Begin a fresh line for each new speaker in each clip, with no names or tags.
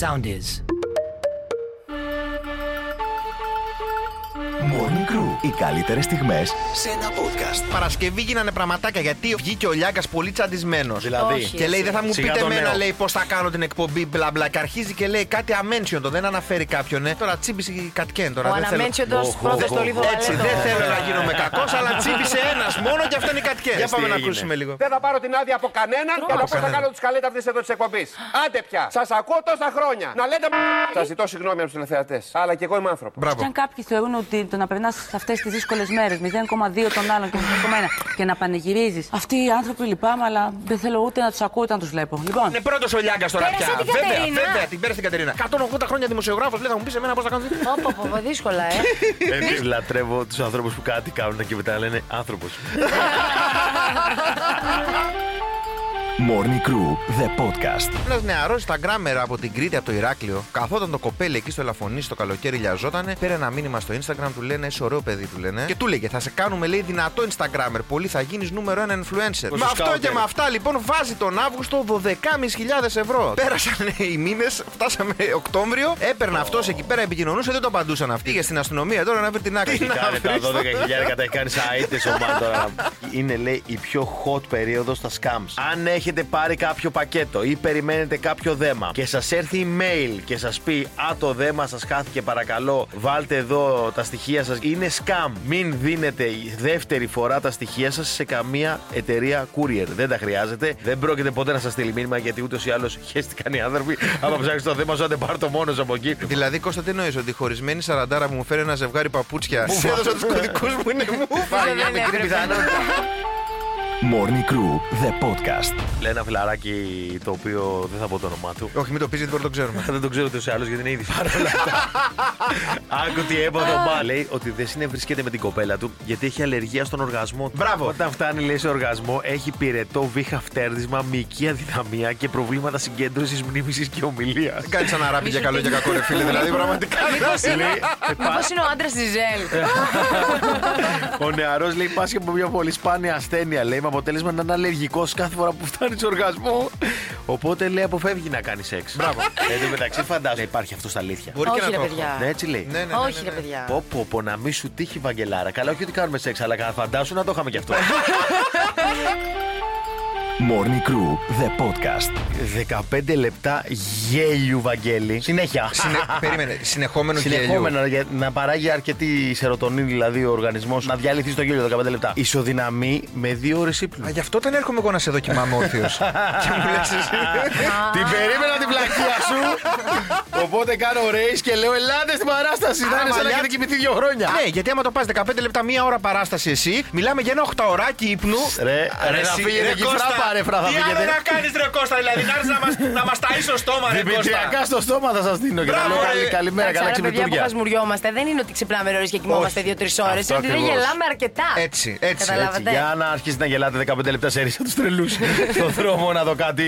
sound is.
Morning Crew. Οι καλύτερες στιγμές σε ένα podcast.
Παρασκευή γίνανε πραγματάκια γιατί βγήκε ο Λιάγκας πολύ τσαντισμένος.
Δηλαδή.
Όχι.
Και λέει, δεν θα μου
Σιγά
πείτε
το
εμένα,
νέο.
λέει, πώς θα κάνω την εκπομπή, μπλα μπλα. Και αρχίζει και λέει κάτι αμένσιοντο, δεν αναφέρει κάποιον. Ε. Τώρα τσίπησε και κατκέν τώρα.
Ο
δεν θέλω.
αναμέντσιοντο
Οχ,
πρώτο
οχ,
στο
οχ.
λίθο
Έτσι, δεν θέλω να γίνομαι κακός, αλλά τσίπησε ένας μόνο και αυτό είναι η κατκέν. Για
τι
πάμε να
έγινε.
ακούσουμε λίγο.
Δεν θα πάρω την άδεια από κανέναν για το πώς θα
κανέναν.
κάνω του καλέτα αυτή εδώ της εκπομπής. Άντε πια. Σας ακούω τόσα χρόνια. Να λέτε. Σας ζητώ συγγνώμη από τους τηλεθεατές. Αλλά και εγώ είμαι άνθρωπος.
Μπράβο.
Και αν κάποιοι θεωρούν ότι το να περνάς σε αυτές τις δύσκολες μέρες, 0,2 των άλλων και 0,1 και να πανηγυρίζεις. Αυτοί οι άνθρωποι λυπάμαι, αλλά δεν θέλω ούτε να τους ακούω ούτε να τους βλέπω. Λοιπόν,
Είναι πρώτος ο Λιάγκας τώρα
Πέρασε
πια.
την
Βέβαια,
Κατερίνα.
βέβαια, την πέρασε την Κατερίνα. 180 χρόνια δημοσιογράφος, λέει, θα μου πεις εμένα πώς θα κάνω.
Πω, πω, πω, δύσκολα, ε.
Εμείς λατρεύω τους ανθρώπους που κάτι κάνουν και μετά λένε άνθρωπος.
Morning Crew. The podcast.
Ένας νεαρός Instagrammer από την Κρήτη, από το Ηράκλειο, καθόταν το κοπέλι εκεί στο Ελαφωνή στο καλοκαίρι, λιαζότανε. Πήρε ένα μήνυμα στο Instagram, του λένε Είσαι ωραίο παιδί, του λένε. Και του λέγε Θα σε κάνουμε, λέει, δυνατό Instagrammer. Πολύ θα γίνεις νούμερο ένα influencer. Με αυτό
σκάουτερ.
και με αυτά λοιπόν βάζει τον Αύγουστο 12.500 ευρώ. Πέρασαν οι μήνες, φτάσαμε Οκτώβριο, έπαιρνε αυτός εκεί πέρα, επικοινωνούσε, δεν το απαντούσαν αυτοί. Πήγε στην αστυνομία τώρα να βρει την άκρη. Τι να
Κάνε τα
βρεις,
12.000 τα έχει κάνει σαν αίτητε τώρα. Είναι λέει η πιο hot περίοδος στα scams. Αν έχετε πάρει κάποιο πακέτο ή περιμένετε κάποιο δέμα και σας έρθει email και σας πει Α, το δέμα σας χάθηκε, παρακαλώ, βάλτε εδώ τα στοιχεία σας. Είναι scam. Μην δίνετε δεύτερη φορά τα στοιχεία σας σε καμία εταιρεία courier. Δεν τα χρειάζεται. Δεν πρόκειται ποτέ να σας στείλει μήνυμα γιατί ούτως ή άλλως χαίστηκαν οι άνθρωποι. Άμα ψάξεις το δέμα σου, αν δεν πάρω το μόνος από εκεί.
Δηλαδή, Κώστα, τι νοεί ότι η χωρισμένη σαραντάρα που μου φέρει ένα ζευγάρι παπούτσια. Μου έδωσε τους κωδικούς μου, είναι μου.
Υπάρχει μια μικρή πιθανότητα.
Morning Crew. The podcast.
Λέει ένα φιλαράκι το οποίο δεν θα πω το όνομά του.
Όχι, μην το πεις γιατί μπορεί να το ξέρουμε.
Δεν το ξέρω τόσο άλλο γιατί είναι ήδη πάρα όλα αυτά. Άκου τι έπαθε ο Μπα. Λέει ότι δεν συνευρίσκεται με την κοπέλα του γιατί έχει αλλεργία στον οργασμό του.
Μπράβο.
Όταν φτάνει, λέει, σε οργασμό, έχει πυρετό, βήχα φτέρδισμα, μυϊκή αδυναμία και προβλήματα συγκέντρωσης, μνήμηση και ομιλίας.
Δεν κάνει ένα ράπι για καλό και κακό, ρε φίλε. Δηλαδή, πραγματικά.
ε,
Μήπως είναι ο άντρας της
Ε,
Ζέλ.
Ο νεαρός λέει πάσχει από μια πολύ σπάνια ασθένεια. Λέει με αποτέλεσμα να είναι αλλεργικός κάθε φορά που φτάνει σε οργασμό. Οπότε λέει αποφεύγει να κάνει σεξ. Μπράβο. Εν τω μεταξύ φαντάζομαι. Υπάρχει αυτός στα αλήθεια.
Μπορεί
Όχι, ρε,
έχω.
παιδιά.
Ναι, έτσι λέει.
Ναι, ναι, ναι,
Όχι,
ναι,
ρε
ναι.
παιδιά.
Πω, πω, πω, να μη σου τύχει, Βαγγελάρα. Καλά, όχι ότι κάνουμε σεξ, αλλά κα- φαντάσου να το είχαμε κι αυτό.
Morning Crew. The podcast.
15 λεπτά γέλιου, Βαγγέλη. Συνέχεια.
Συνε- Περίμενε. Συνεχόμενο γέλιο.
Συνεχόμενο για να παράγει αρκετή σερωτονίνη, δηλαδή ο οργανισμός, να διαλυθεί στο γέλιο 15 λεπτά. Ισοδυναμεί με δύο ώρες ύπνου.
Α, γι' αυτό δεν έρχομαι εγώ να σε δοκιμάμαι όρθιος. Και μου λες εσύ.
Την περίμενα την πλακία σου. Οπότε κάνω race και λέω: Ελάτε στην παράσταση. Θα είναι σαν να
μαλλιά-
έχετε κοιμηθεί δύο χρόνια.
Ναι, γιατί άμα το πας 15 λεπτά, μία ώρα παράσταση εσύ, μιλάμε για ένα 8 ωράκι ύπνου.
Ρε, ρε, θα
εσύ,
φύγετε
ρε,
εκεί,
Κώστα.
φράπα, ρε, φράπα, θα
Τι άλλο
φύγετε.
να κάνεις, Ρε Κώστα, δηλαδή να έρθεις να μας- να μας ταΐσει το στόμα, ρε Κώστα.
Δημητριακά στο στόμα θα σας δίνω και θα
Μπράβο,
λέω:
ρε.
«Καλη- Καλημέρα,
Εντάξει,
καλά
αλλά, παιδιά που
ξυπνητούρια.
χασμουριόμαστε, δεν είναι ότι ξυπνάμε νωρίς και κοιμόμαστε
Όχι.
2-3 ώρες.
Αυτό
Είναι ότι δεν
ακριβώς.
γελάμε αρκετά.
Έτσι, έτσι,
Έτσι,
Καταλάβατε.
για να αρχίσει να γελάτε 15 λεπτά σε ρίσα τους τρελούς στον δρόμο να δω κάτι.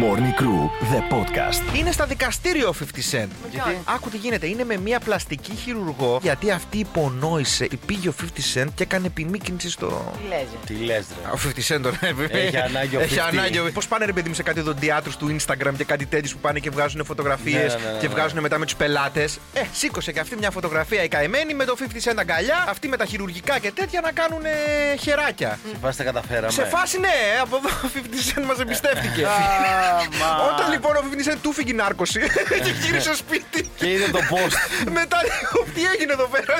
Morning Crew. The podcast.
Είναι στα δικαστήριο ο 50 Cent.
ποιον?
Άκου τι γίνεται. Είναι με μια πλαστική χειρουργό γιατί αυτή υπονόησε. Πήγε ο 50 Cent και έκανε επιμήκυνση στο.
Τι λες, ρε.
Τι λες, ρε.
Ο 50 Cent τον έβγαλε.
Έχει ανάγκη ο
Έχει
50.
ανάγκη. Πώς πάνε ρε παιδί μου σε κάτι δοντιάτρους του Instagram και κάτι τέτοιους που πάνε και βγάζουν φωτογραφίες
Ναι, ναι, ναι,
και
ναι.
βγάζουν μετά με τους πελάτες. Ε, σήκωσε και αυτή μια φωτογραφία η καημένη με το 50 Cent αγκαλιά. Αυτή με τα χειρουργικά και τέτοια να κάνουν ε, χεράκια.
Σε φάση τα καταφέραμε.
Σε φάση ναι, από εδώ ο 50 Cent μας εμπιστεύτηκε.
Ε, Άμα.
Όταν λοιπόν ο 50 Cent του φύγει νάρκωση και γύρισε σπίτι.
Και είδε το post.
Μετά λέω, τι έγινε εδώ πέρα.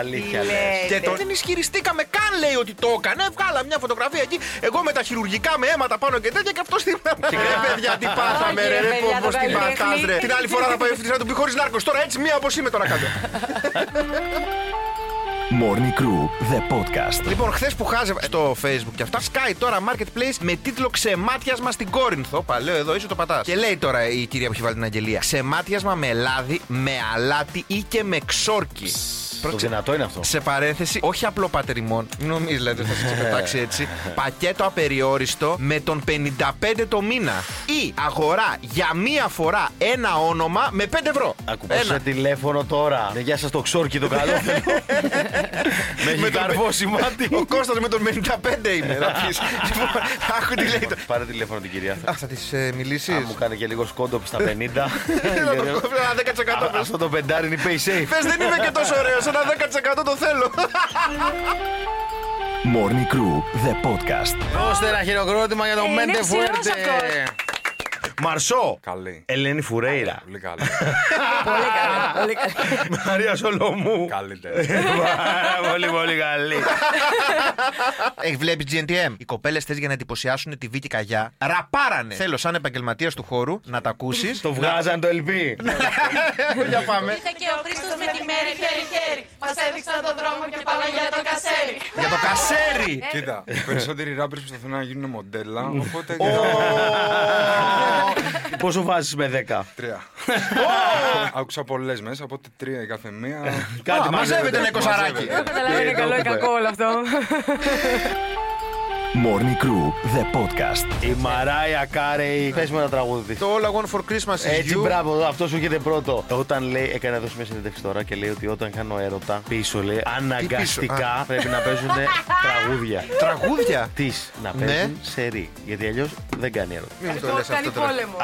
Αλήθεια.
Τι Ε,
λες.
λέει.
Και το... δεν ισχυριστήκαμε καν λέει ότι το έκανε. Βγάλα μια φωτογραφία εκεί. Εγώ με τα χειρουργικά με αίματα πάνω και τέτοια και αυτό στην. Ρε παιδιά, τι πάθαμε,
Όχι,
ρε.
ρε,
ρε,
παιδιά,
Πώ
το
την
καλλιτέχνη.
πατάς, ρε. Την άλλη φορά θα πάει ο να του πει χωρίς νάρκος. Τώρα έτσι μία όπως είμαι τώρα κάτω.
Morning Crew. The podcast.
Λοιπόν, χθες που χάζευα στο Facebook και αυτά, σκάει τώρα marketplace με τίτλο Ξεμάτιασμα στην Κόρινθο. Παλαιό εδώ, είσαι το πατάς. Και λέει τώρα η κυρία που έχει βάλει την αγγελία. Ξεμάτιασμα με λάδι, με αλάτι ή και με ξόρκι.
Το δυνατό είναι αυτό.
Σε παρένθεση, όχι απλό πατριμόν. Μην νομίζει, δηλαδή, ότι θα σε ξεπετάξει έτσι. Πακέτο απεριόριστο με τον 55 το μήνα. Ή αγορά για μία φορά ένα όνομα με 5 ευρώ.
Ακουμπούσε τηλέφωνο τώρα. Ναι, γεια σας το ξόρκι το καλό. Με έχει καρφώσει μάτι.
Ο Κώστας με τον 55 είμαι. θα πεις. Λοιπόν, Άκου τι λέει. το-
Πάρε τηλέφωνο την κυρία.
Α, θα ε, τη μιλήσει.
Α, μου κάνει και λίγο σκόντοπ στα 50.
Ένα 10%.
Α, Αυτό το πεντάρι είναι pay safe.
Πες δεν είμαι και τόσο ωραίος. Ένα 10% το θέλω.
Morning Crew, the podcast.
Δώστε ένα χειροκρότημα για τον
Ε, είναι
Μέντε Φουέρτε.
ξηρόσακος.
Μαρσό.
Καλή.
Ελένη Φουρέιρα.
Πολύ καλή.
Πολύ καλά. Πολύ καλά.
Μαρία Σολομού.
Καλύτερη.
Ε, Πάρα πολύ, πολύ καλή.
Έχει βλέπεις GNTM. Οι κοπέλες θες για να εντυπωσιάσουν τη Βίκη Καγιά. Ραπάρανε. Θέλω σαν επαγγελματίας του χώρου να τα ακούσεις.
Το βγάζαν το LP.
Για πάμε.
Ήρθε και ο Χρήστος με τη μέρη χέρι-χέρι. Μας έδειξαν τον δρόμο και πάμε για το κασέρι.
Για το κασέρι.
Κοίτα, οι περισσότεροι ράπερ προσπαθούν να γίνουν μοντέλα, οπότε.
Πόσο βάζεις με 10.
Τρία. Άκουσα πολλές μέσα, οπότε τρία η κάθε μία.
Κάτι
Α, μαζεύεται ένα εικοσαράκι.
μαζεύεται.
Καταλαβαίνω είναι
Ε,
καλό ή
το
κακό όλο αυτό.
Morning Crew, the podcast.
Η Μαράια Κάρεϊ. Πε με ένα τραγούδι.
Το All I Want for Christmas is
Έτσι,
You.
μπράβο, αυτό σου έρχεται πρώτο. Όταν λέει, έκανε εδώ σε μια συνέντευξη τώρα και λέει ότι όταν κάνω έρωτα, πίσω λέει, αναγκαστικά
Α.
πρέπει να παίζουν τραγούδια.
Τραγούδια.
Τη να παίζουν σε ρί. Γιατί αλλιώς δεν κάνει έρωτα.
Μην μου το
Το
λες
κάνει
αυτό τώρα.
πόλεμο.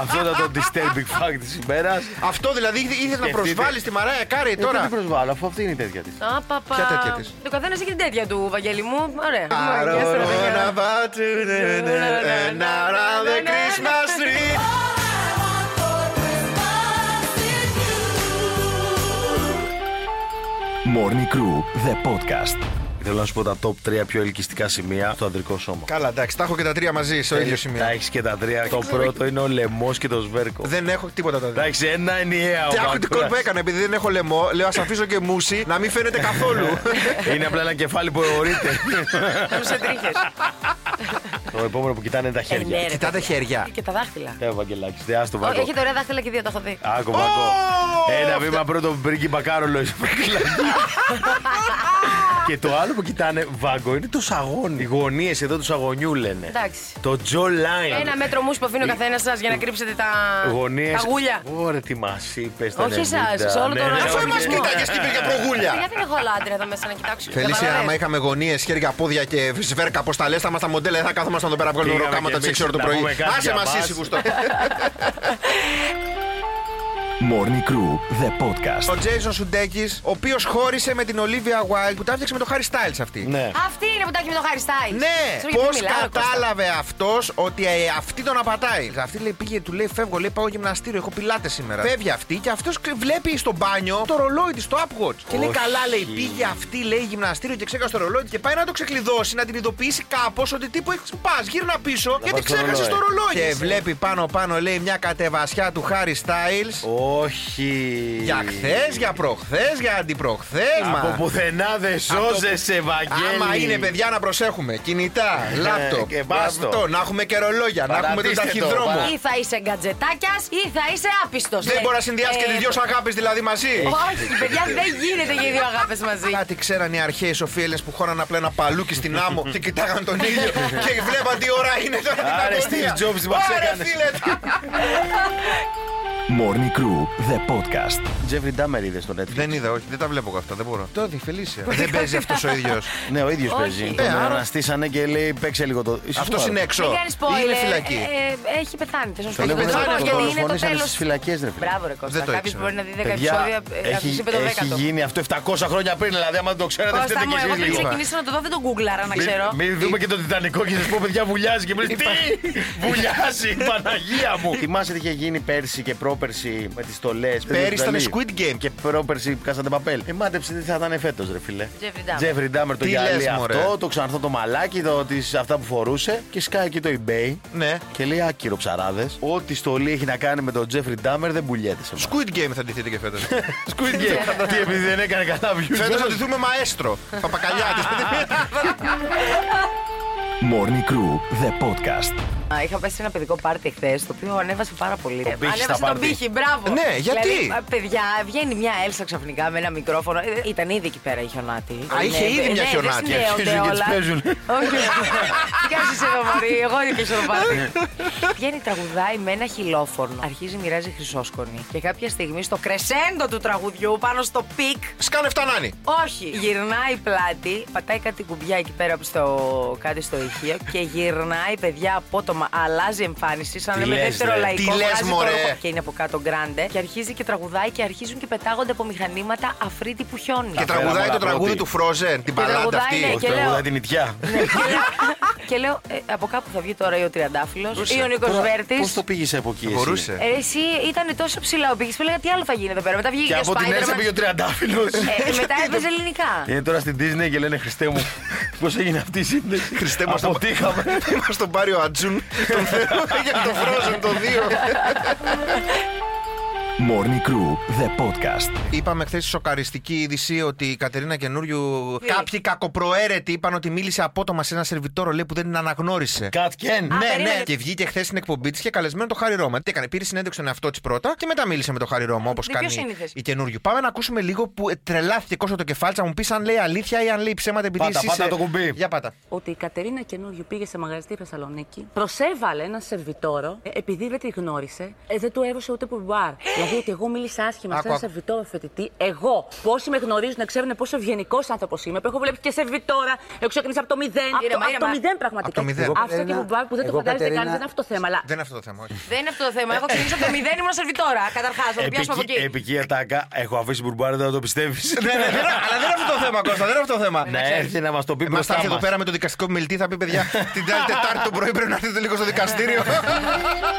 Αυτό ήταν το disturbing fact της ημέρας.
Αυτό δηλαδή ήθελε να
Σκεφτείτε.
προσβάλλεις τη Μαράια Κάρι
Τώρα
τώρα.
δεν προσβάλλω, αφού αυτή είναι η τέτοια της.
Α, πα, πα.
Ποια τέτοια της?
Το καθένας έχει την τέτοια του, Βαγγέλη μου. Ωραία. Μαγκιά,
Αρωρώ
στραβιά.
να βάτσουν ένα round the Christmas tree.
Morning Crew, the podcast.
Θέλω να σου πω τα top 3 πιο ελκυστικά σημεία στο ανδρικό σώμα.
Καλά, εντάξει, τα έχω και τα τρία μαζί στο ίδιο
Τα
σημείο.
έχεις και τα τρία. Το πρώτο είναι ο λαιμός και το σβέρκο.
Δεν έχω τίποτα τα τρία.
Εντάξει, ένα ενιαία ο
Και άκου τι
Μάκρας.
κόλπο έκανα, επειδή δεν έχω λαιμό, λέω ας αφήσω και μουσι να μην φαίνεται καθόλου.
Είναι απλά ένα κεφάλι που αιωρείται.
Θα μου σε τρίχες.
το επόμενο που κοιτάνε είναι τα
Ε, ναι,
χέρια.
ρε,
Κοιτά τα χέρια.
Και τα δάχτυλα.
Ε, Βαγγελάκης, δε άστο
Όχι,
βάκο.
έχετε ωραία δάχτυλα και δύο, το έχω δει.
Άκου βάκο. Ένα βήμα πρώτο πριν μπακάρολο. είσαι Βαγγελάκης. Και το άλλο που κοιτάνε βάγκο είναι το σαγόνι. Οι γωνίε εδώ τους σαγονιού λένε.
Εντάξει.
Το Τζο Λάιν.
ναι.
Ένα μέτρο μου που αφήνει ο καθένας σας για να κρύψετε τα
Γωνίες.
τα γούλια.
Ωραία, τι μας είπες.
Όχι εσάς, σε όλο τον
ναι,
άλλο
Αφού
όχι,
εμάς
ναι.
κοίταγες και πήγε προγούλια.
Παιδιά δεν έχω λάντρε εδώ μέσα να κοιτάξω.
Φελίσια, άμα
Καταλαβαίνεις.
είχαμε γωνίε, χέρια, πόδια και σβέρκα, πώς τα λες, θα ήμασταν μοντέλα, δεν θα κάθομασταν εδώ πέρα να βγάλουμε
Πήγαμε
ροκάματα
κι
τι 6
εμείς
ώρα το
να
πρωί.
πούμε κάτι
Άσε
για
μας
μας.
ήσυχους τώρα.
Morning Crew, the podcast.
Ο Τζέισον Σουντέκης, ο οποίος χώρισε με την Ολίβια Wild που τα έφτιαξε με το Χάρι Styles αυτή.
Ναι.
Αυτή είναι που τα έχει με το Harry Styles.
Ναι,
Ξέρω γιατί
πώ
μιλάω, Κώστα.
κατάλαβε αυτός ότι ε, αυτή τον απατάει. Αυτή λέει, πήγε, του λέει: Φεύγω, λέει, πάω γυμναστήριο, έχω πιλάτες σήμερα. Φεύγει αυτή και αυτός βλέπει στο μπάνιο το ρολόι της, το Apple Watch. Και λέει:
Όχι.
Καλά, λέει, πήγε αυτή, λέει, γυμναστήριο και ξέχασε το ρολόι της και πάει να το ξεκλειδώσει, να την ειδοποιήσει κάπως ότι τύπου έχεις πας, γύρνα πίσω γιατί
πας στο
ξέχασες το
ρολόι.
ρολόι. Και βλέπει πάνω-πάνω, λέει, μια κατεβασιά του Χάρι Styles.
Όχι.
Για χθες, για προχθές, για αντιπροχθές.
Από πουθενά δεν σώζεσαι, Βαγγέλη.
Άμα είναι παιδιά να προσέχουμε. Κινητά, λάπτοπ.
Ε, και μπάστο.
Αυτό, να έχουμε και ρολόγια, να έχουμε τον
Παρατήστε το,
ταχυδρόμο.
παρα-
Ή θα είσαι γκατζετάκιας ή θα είσαι άπιστος.
Δεν μπορείς να συνδυάσεις και τι
Ε,
δυο αγάπες δηλαδή μαζί.
Όχι, παιδιά, δεν γίνεται και οι δύο αγάπες μαζί.
Κάτι ξέραν οι αρχαίοι σοφίελε που χώραν απλά ένα παλούκι στην άμμο και κοιτάγαν τον ήλιο και βλέπαν τι ώρα είναι τώρα. την
Άρε,
αγωνία.
Steve Jobs, μας
Άρε,
έκανες.
φίλε,
Morning Crew, the podcast.
Τζέφρι Ντάμερ είδες στο Netflix.
Δεν είδα, όχι, δεν τα βλέπω εγώ αυτά, δεν μπορώ. Τότε, Φελίσια. Δεν παίζει αυτός ο ίδιος.
Ναι, ο ίδιος
Όχι.
παίζει.
Ε,
Τον
άρα-
αναστήσανε και λέει παίξε λίγο το. Είσαι
Αυτός
σοβαρός.
είναι
Μην
έξω.
κάνει
Ή
spoiler.
είναι φυλακή.
Ε, ε, Έχει πεθάνει. θες να σου
Το
πω,
λέγω
δεν
πεθάνει
πω,
αυτό,
γιατί είναι το
δολοφονήσανε
τέλο.
στις φυλακές, ρε φίλε.
Μπράβο, ρε Κώστα.
Δεν το
Κάποιος
ήξερα.
μπορεί να δει 10
Παιδιά,
επεισόδια. ε, Αυτό
έχει,
είπε το
έχει
10ο.
γίνει αυτό 700 χρόνια πριν, δηλαδή άμα το ξέρατε
Κώστα
φταίτε
μου,
κι
εγώ
εσείς
πριν
λίγο.
ξεκινήσω να το δω, δεν τον γκούγκλαρα να
Μην-
ξέρω.
Μην δούμε και το Τιτανικό και σας πω, παιδιά, βουλιάζει και μου λες, Τι! Βουλιάζει, Παναγία μου! Θυμάσαι τι είχε γίνει πέρσι και πρόπερσι με τις στολές.
Πέρυσι ήταν Squid Game.
δηλαδή, και πρόπερσι Κάσαντε Παπέλ. Ε, μάντεψε τι θα ήταν φέτος, ρε φιλέ.
Jeffrey Dahmer.
Τζέφρι Ντάμερ το
Τι λες,
γυαλί
μωρέ.
αυτό, το ξανθό το μαλάκι, το, τις, αυτά που φορούσε και σκάει εκεί το eBay.
Ναι.
Και λέει άκυρο ψαράδες. Ό,τι στολή έχει να κάνει με τον Τζέφρι Ντάμερ δεν πουλιέται σε εμάς.
Squid Game θα ντυθείτε και φέτος.
Squid Game. Τι επειδή δεν έκανε καλά views.
Φέτος θα ντυθούμε μαέστρο. Παπακαλιά.
Morning Crew, the podcast.
Α, Είχα πέσει σε ένα παιδικό πάρτι χθες, το οποίο ανέβασε πάρα πολύ.
Το πύχη
ανέβασε
στα
τον
πάρτι.
πύχη, μπράβο.
Ναι, γιατί?
Δηλαδή, α, παιδιά, βγαίνει μια Έλσα ξαφνικά με ένα μικρόφωνο. Ε, ήταν ήδη εκεί πέρα η χιονάτη.
Α, είχε
Ναι,
ήδη
ναι,
μια
ναι,
χιονάτη.
Δεν συνδέονται
Αρχίζουν και τις
όλα.
παίζουν.
Όχι, όχι. Τι κάνεις εσύ εδώ, Μωρή, εγώ είμαι πίσω στο πάρτι. Βγαίνει, τραγουδάει με ένα χιλόφωνο. Αρχίζει, μοιράζει χρυσόσκονη. Και κάποια στιγμή στο κρεσέντο του τραγουδιού, πάνω στο πικ,
Σκάνε φτανάνι.
όχι. Γυρνάει πλάτη, πατάει κάτι κουμπιά εκεί πέρα στο, κάτι στο ηχείο και γυρνάει, παιδιά, απότομα. Αλλάζει εμφάνιση, σαν
Τι
λέμε
λες,
δεύτερο
ρε.
λαϊκό.
Τι λες,
βγάζει το
μωρέ.
ρούχο Και είναι από κάτω γκράντε. Και αρχίζει και τραγουδάει και αρχίζουν και πετάγονται από μηχανήματα αφρίτη που χιώνει.
Και τραγουδάει το
όλα
τραγούδι
πρώτη.
του Frozen, την παλάντα
τραγουδάει,
αυτή.
ναι.
Όχι,
και λέω-
τραγουδάει την ιτιά.
Ναι, και λέω- και λέω, ε, από κάπου θα βγει τώρα ή ο Τριαντάφυλλος ή ο Νίκος Βέρτης.
Πώς το πήγες από εκεί, εσύ?
Μπορούσε.
Εσύ ήταν τόσο ψηλά ο πήγες που λέγα τι άλλο θα γίνει εδώ πέρα. Μετά βγήκε
Και
ο
από την Ε. Έλσα
Spider-Man.
πήγε ο Τριαντάφυλλος.
Ε, Μετά έπαιζε ελληνικά.
Είναι τώρα στην Disney και λένε Χριστέ μου, πώς έγινε αυτή η σύνδεση.
Χριστέ μου, ας το-
αποτύχαμε.
Μα τον πάρει ο Ατζούν, τον θέλουμε για το Frozen το 2.
Morning Crew, the podcast.
Είπαμε χθες σοκαριστική είδηση ότι η Κατερίνα Καινούριου. Κάποιοι κακοπροαίρετοι είπαν ότι μίλησε απότομα σε ένα σερβιτόρο λέει που δεν την αναγνώρισε.
Κατ' κεν.
Α,
Ναι,
περίμενε.
ναι.
Και βγήκε χθες στην εκπομπή της και καλεσμένο το Χάρη Ρώμα. Τι έκανε, πήρε συνέντευξη στον εαυτό της πρώτα και μετά μίλησε με το Χάρη Ρώμα όπως
Ποιος
κάνει
είναι η θέση?
η καινούριου. Πάμε να ακούσουμε λίγο που ε, τρελάθηκε κόσμο το κεφάλι. της, Να μου πεις αν λέει αλήθεια ή αν λέει ψέματα επειδή
Πάτα,
εσύ
πάτα
είσαι-
το κουμπί.
Για πάτα.
ότι η Κατερίνα καινούριου πήγε σε μαγαζί στη Θεσσαλονίκη, προσέβαλε ένα σερβιτόρο, ε, επειδή δεν τη γνώρισε, ε, δεν του έδωσε ούτε που μπαρ. δηλαδή ότι εγώ μίλησα άσχημα
Άκου,
σε ένα
άκου.
σερβιτόρο φοιτητή, εγώ, πόσοι με γνωρίζουν, να ξέρουν πόσο ευγενικός άνθρωπος είμαι, που έχω βλέπει και σερβιτόρα, έχω ξεκινήσει από το μηδέν.
Ήρεμα,
από το
ήρεμα.
μηδέν πραγματικά.
Από το μηδέν. Εγώ,
Αυτό και
Κατερίνα,
που μπαρ που δεν το
εγώ,
φαντάζεστε κανεί,
Κατερίνα,
δεν είναι αυτό το θέμα. Αλλά
Δεν είναι αυτό το θέμα, όχι.
Δεν είναι αυτό το θέμα. Εγώ ξεκινήσω από το μηδέν, ήμουν σερβιτόρα. Καταρχά, θα το πιάσουμε από
Επική,
εκεί.
επική ατάκα. Έχω αφήσει μπουρμπάρι, δεν θα το πιστεύεις.
Ναι, ναι, δεν είναι- Αλλά δεν είναι αυτό το θέμα, Κώστα, δεν είναι αυτό το θέμα. Ναι,
Να έρθει να μας το πει
Μα θα
μπροστά
έρθει εδώ
μας.
πέρα με το δικαστικό μιλτή, θα πει παιδιά την άλλη Τετάρτη το πρωί πρέπει να έρθετε λίγο στο δικαστήριο.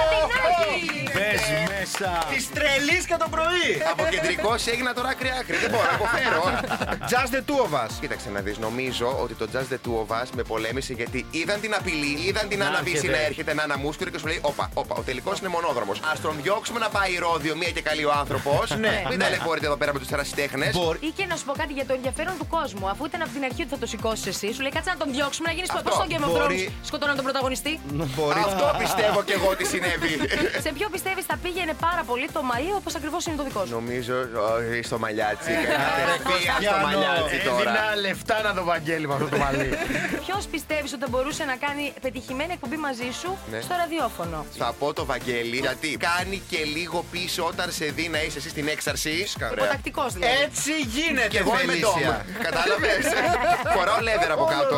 Πε μέσα.
Της τρελής και το πρωί.
Από κεντρικό σε έγινα τώρα άκρη άκρη. Δεν μπορώ να αποφέρω.
Just the two of us.
Κοίταξε να δεις, νομίζω ότι το Just the Two of Us με πολέμησε γιατί είδαν την απειλή, είδαν την
Να
αναβίση
έρχεται.
να έρχεται, να αναμούσκεται και σου λέει: Όπα, όπα, ο τελικός είναι μονόδρομος. Ας τον διώξουμε να πάει ρόδιο, μία και καλή ο άνθρωπος.
Ναι,
Μην
ναι.
ταλαιπωρείτε εδώ πέρα με τους ερασιτέχνες.
Μπορεί.
Ή και να σου πω κάτι για το ενδιαφέρον του κόσμου. Αφού ήταν από την αρχή ότι θα το σηκώσεις εσύ, σου λέει κάτσε να τον διώξουμε, να γίνει
Αυτό.
πρωτό στο Game of
Μπορεί.
Thrones. Σκοτώνα τον πρωταγωνιστή.
Μπορεί.
Αυτό πιστεύω και εγώ ότι συνέβη.
Σε ποιο πιστεύεις θα πήγαινε πάρα πολύ το Μαΐ, όπως ακριβώς είναι το δικό σου.
Νομίζω όχι, στο
Ε,
μαλλιάτσι. Κατευθείαν στο μαλλιάτσι τώρα.
Έδινα λεφτά να το βαγγέλει με αυτό το μαλλί.
Ποιος πιστεύεις ότι θα μπορούσε να κάνει πετυχημένη εκπομπή μαζί σου
Ναι.
στο ραδιόφωνο.
Θα πω το Βαγγέλη, γιατί κάνει και λίγο πίσω όταν σε δει να είσαι εσύ στην έξαρση. Ωραία.
Υποτακτικό δηλαδή.
Έτσι
Και
γίνεται,
εγώ είμαι ντόμα.
Φελίσια.
Κατάλαβες. Φοράω λέβερα από κάτω.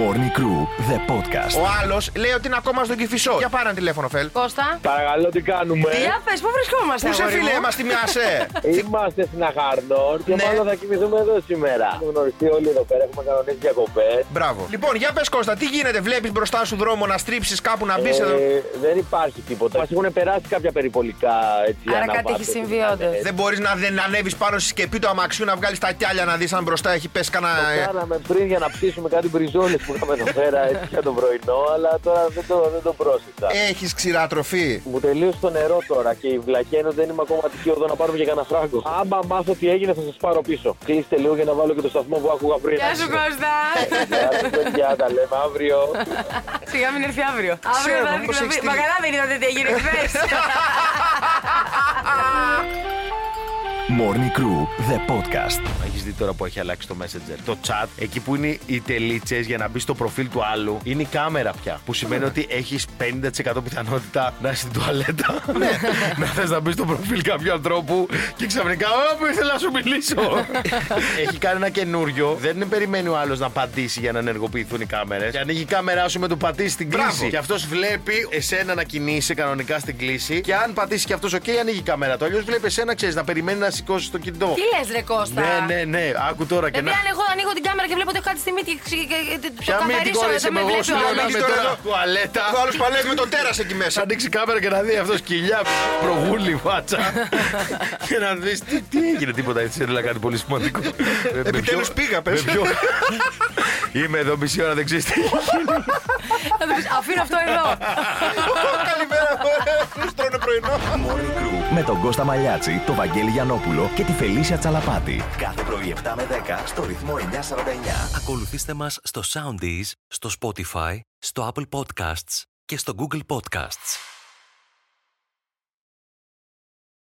Morning Crew, the podcast.
Ο άλλος λέει ότι είναι ακόμα στον κυφισό. Για πάρε ένα τηλέφωνο, Φελ.
Κώστα.
Παρακαλώ τι κάνουμε. ε?
Για πες, πού βρισκόμαστε,
Πού σε
αγόρι μου?
φίλε, μα θυμάσαι.
Είμαστε στην Αχαρνόρ και
Ναι.
μάλλον θα κοιμηθούμε εδώ σήμερα. Έχουμε γνωριστεί όλοι εδώ πέρα, έχουμε κανονίσει διακοπές.
Μπράβο. Λοιπόν, για πες Κώστα, τι γίνεται, βλέπεις μπροστά σου δρόμο να στρίψεις κάπου να μπεις εδώ.
Ε, δεν υπάρχει τίποτα. Μας έχουν περάσει κάποια περιπολικά έτσι.
Άρα κάτι
αναβάθμισης.
έχει συμβεί όντως.
Δεν μπορείς να δεν ανέβεις πάνω στη σκεπή του αμαξιού να βγάλεις τα κιάλια να δεις αν μπροστά έχει πέσει κανένα. ε,
Κάναμε πριν για να ψήσουμε κάτι μπριζόλε που είχαμε εδώ πέρα έτσι για το πρωινό, αλλά τώρα δεν το, δεν το πρόσεξα.
Έχεις ξηρατροφή.
Μου τελείωσε το νερό τώρα και η βλακία είναι ότι δεν είμαι ακόμα ατυχή εδώ να πάρουμε και κανένα φράγκο. Άμα μάθω τι έγινε, θα σας πάρω πίσω. Κλείστε λίγο για να βάλω και το σταθμό που άκουγα πριν.
Γεια σου, Κώστα.
Γεια σου, παιδιά, τα λέμε αύριο.
Σιγά μην έρθει αύριο. Αύριο
Ξέρω,
θα
μήπως
την
έχεις
Μα
τη-
καλά δεν είδατε τι έγινε χθες.
Morning Crew, the podcast.
Έχεις δει τώρα που έχει αλλάξει το Messenger. Το chat, εκεί που είναι οι τελίτσες για να μπει στο προφίλ του άλλου, είναι η κάμερα πια. Που σημαίνει ότι έχεις 50% πιθανότητα να είσαι στην τουαλέτα. να θες να μπει στο προφίλ κάποιου ανθρώπου και ξαφνικά, Ω, που ήθελα να σου μιλήσω. έχει κάνει ένα καινούριο. Δεν περιμένει ο άλλος να πατήσει για να ενεργοποιηθούν οι κάμερες. Και ανοίγει η κάμερά σου με το πατήσει την
Μπράβο.
κλίση. Και αυτός βλέπει εσένα να κινείσαι κανονικά στην κλίση. Και αν πατήσει και αυτός, OK, ανοίγει η κάμερα του. Αλλιώς βλέπει εσένα, ξέρεις, να περιμένει να σηκώσει το κινητό.
Τι λες ρε Κώστα.
Ναι, ναι, ναι. Άκου τώρα και
Δηλαδή,
να.
αν εγώ ανοίγω την κάμερα και βλέπω ότι έχω κάτι στη μύτη και ξε- και- και- το
Ποια μύτη
καθαρίσω,
κόρη με
δεν με
εγώ
βλέπει
σου
ο
λέω
άλλος.
να είμαι
Ανοίξει τώρα
τώρα
το-
τουαλέτα.
Ο άλλος παλεύει με τον τέρας εκεί
Θα
μέσα.
ανοίξει η κάμερα και να δει αυτός κοιλιά προγούλη βάτσα. και να δεις τι, τι έγινε, τίποτα έτσι. Έλα κάτι πολύ σημαντικό. Με- με
Επιτέλους
ποιο-
πήγα, πες.
με ποιο- Είμαι εδώ μισή ώρα, δεν ξέρεις τι.
Θα του πεις, Αφήνω αυτό εδώ.
Καλημέρα, μου τρώνε πρωινό.
Morning Crew με τον Κώστα Μαλιάτση, τον Βαγγέλη Γιανόπουλο και τη Φελίσια Τσαλαπάτη. Κάθε πρωί Παρασκευή 7 με 10 στο ρυθμό 949.
Ακολουθήστε μας στο Soundees, στο Spotify, στο Apple Podcasts και στο Google Podcasts.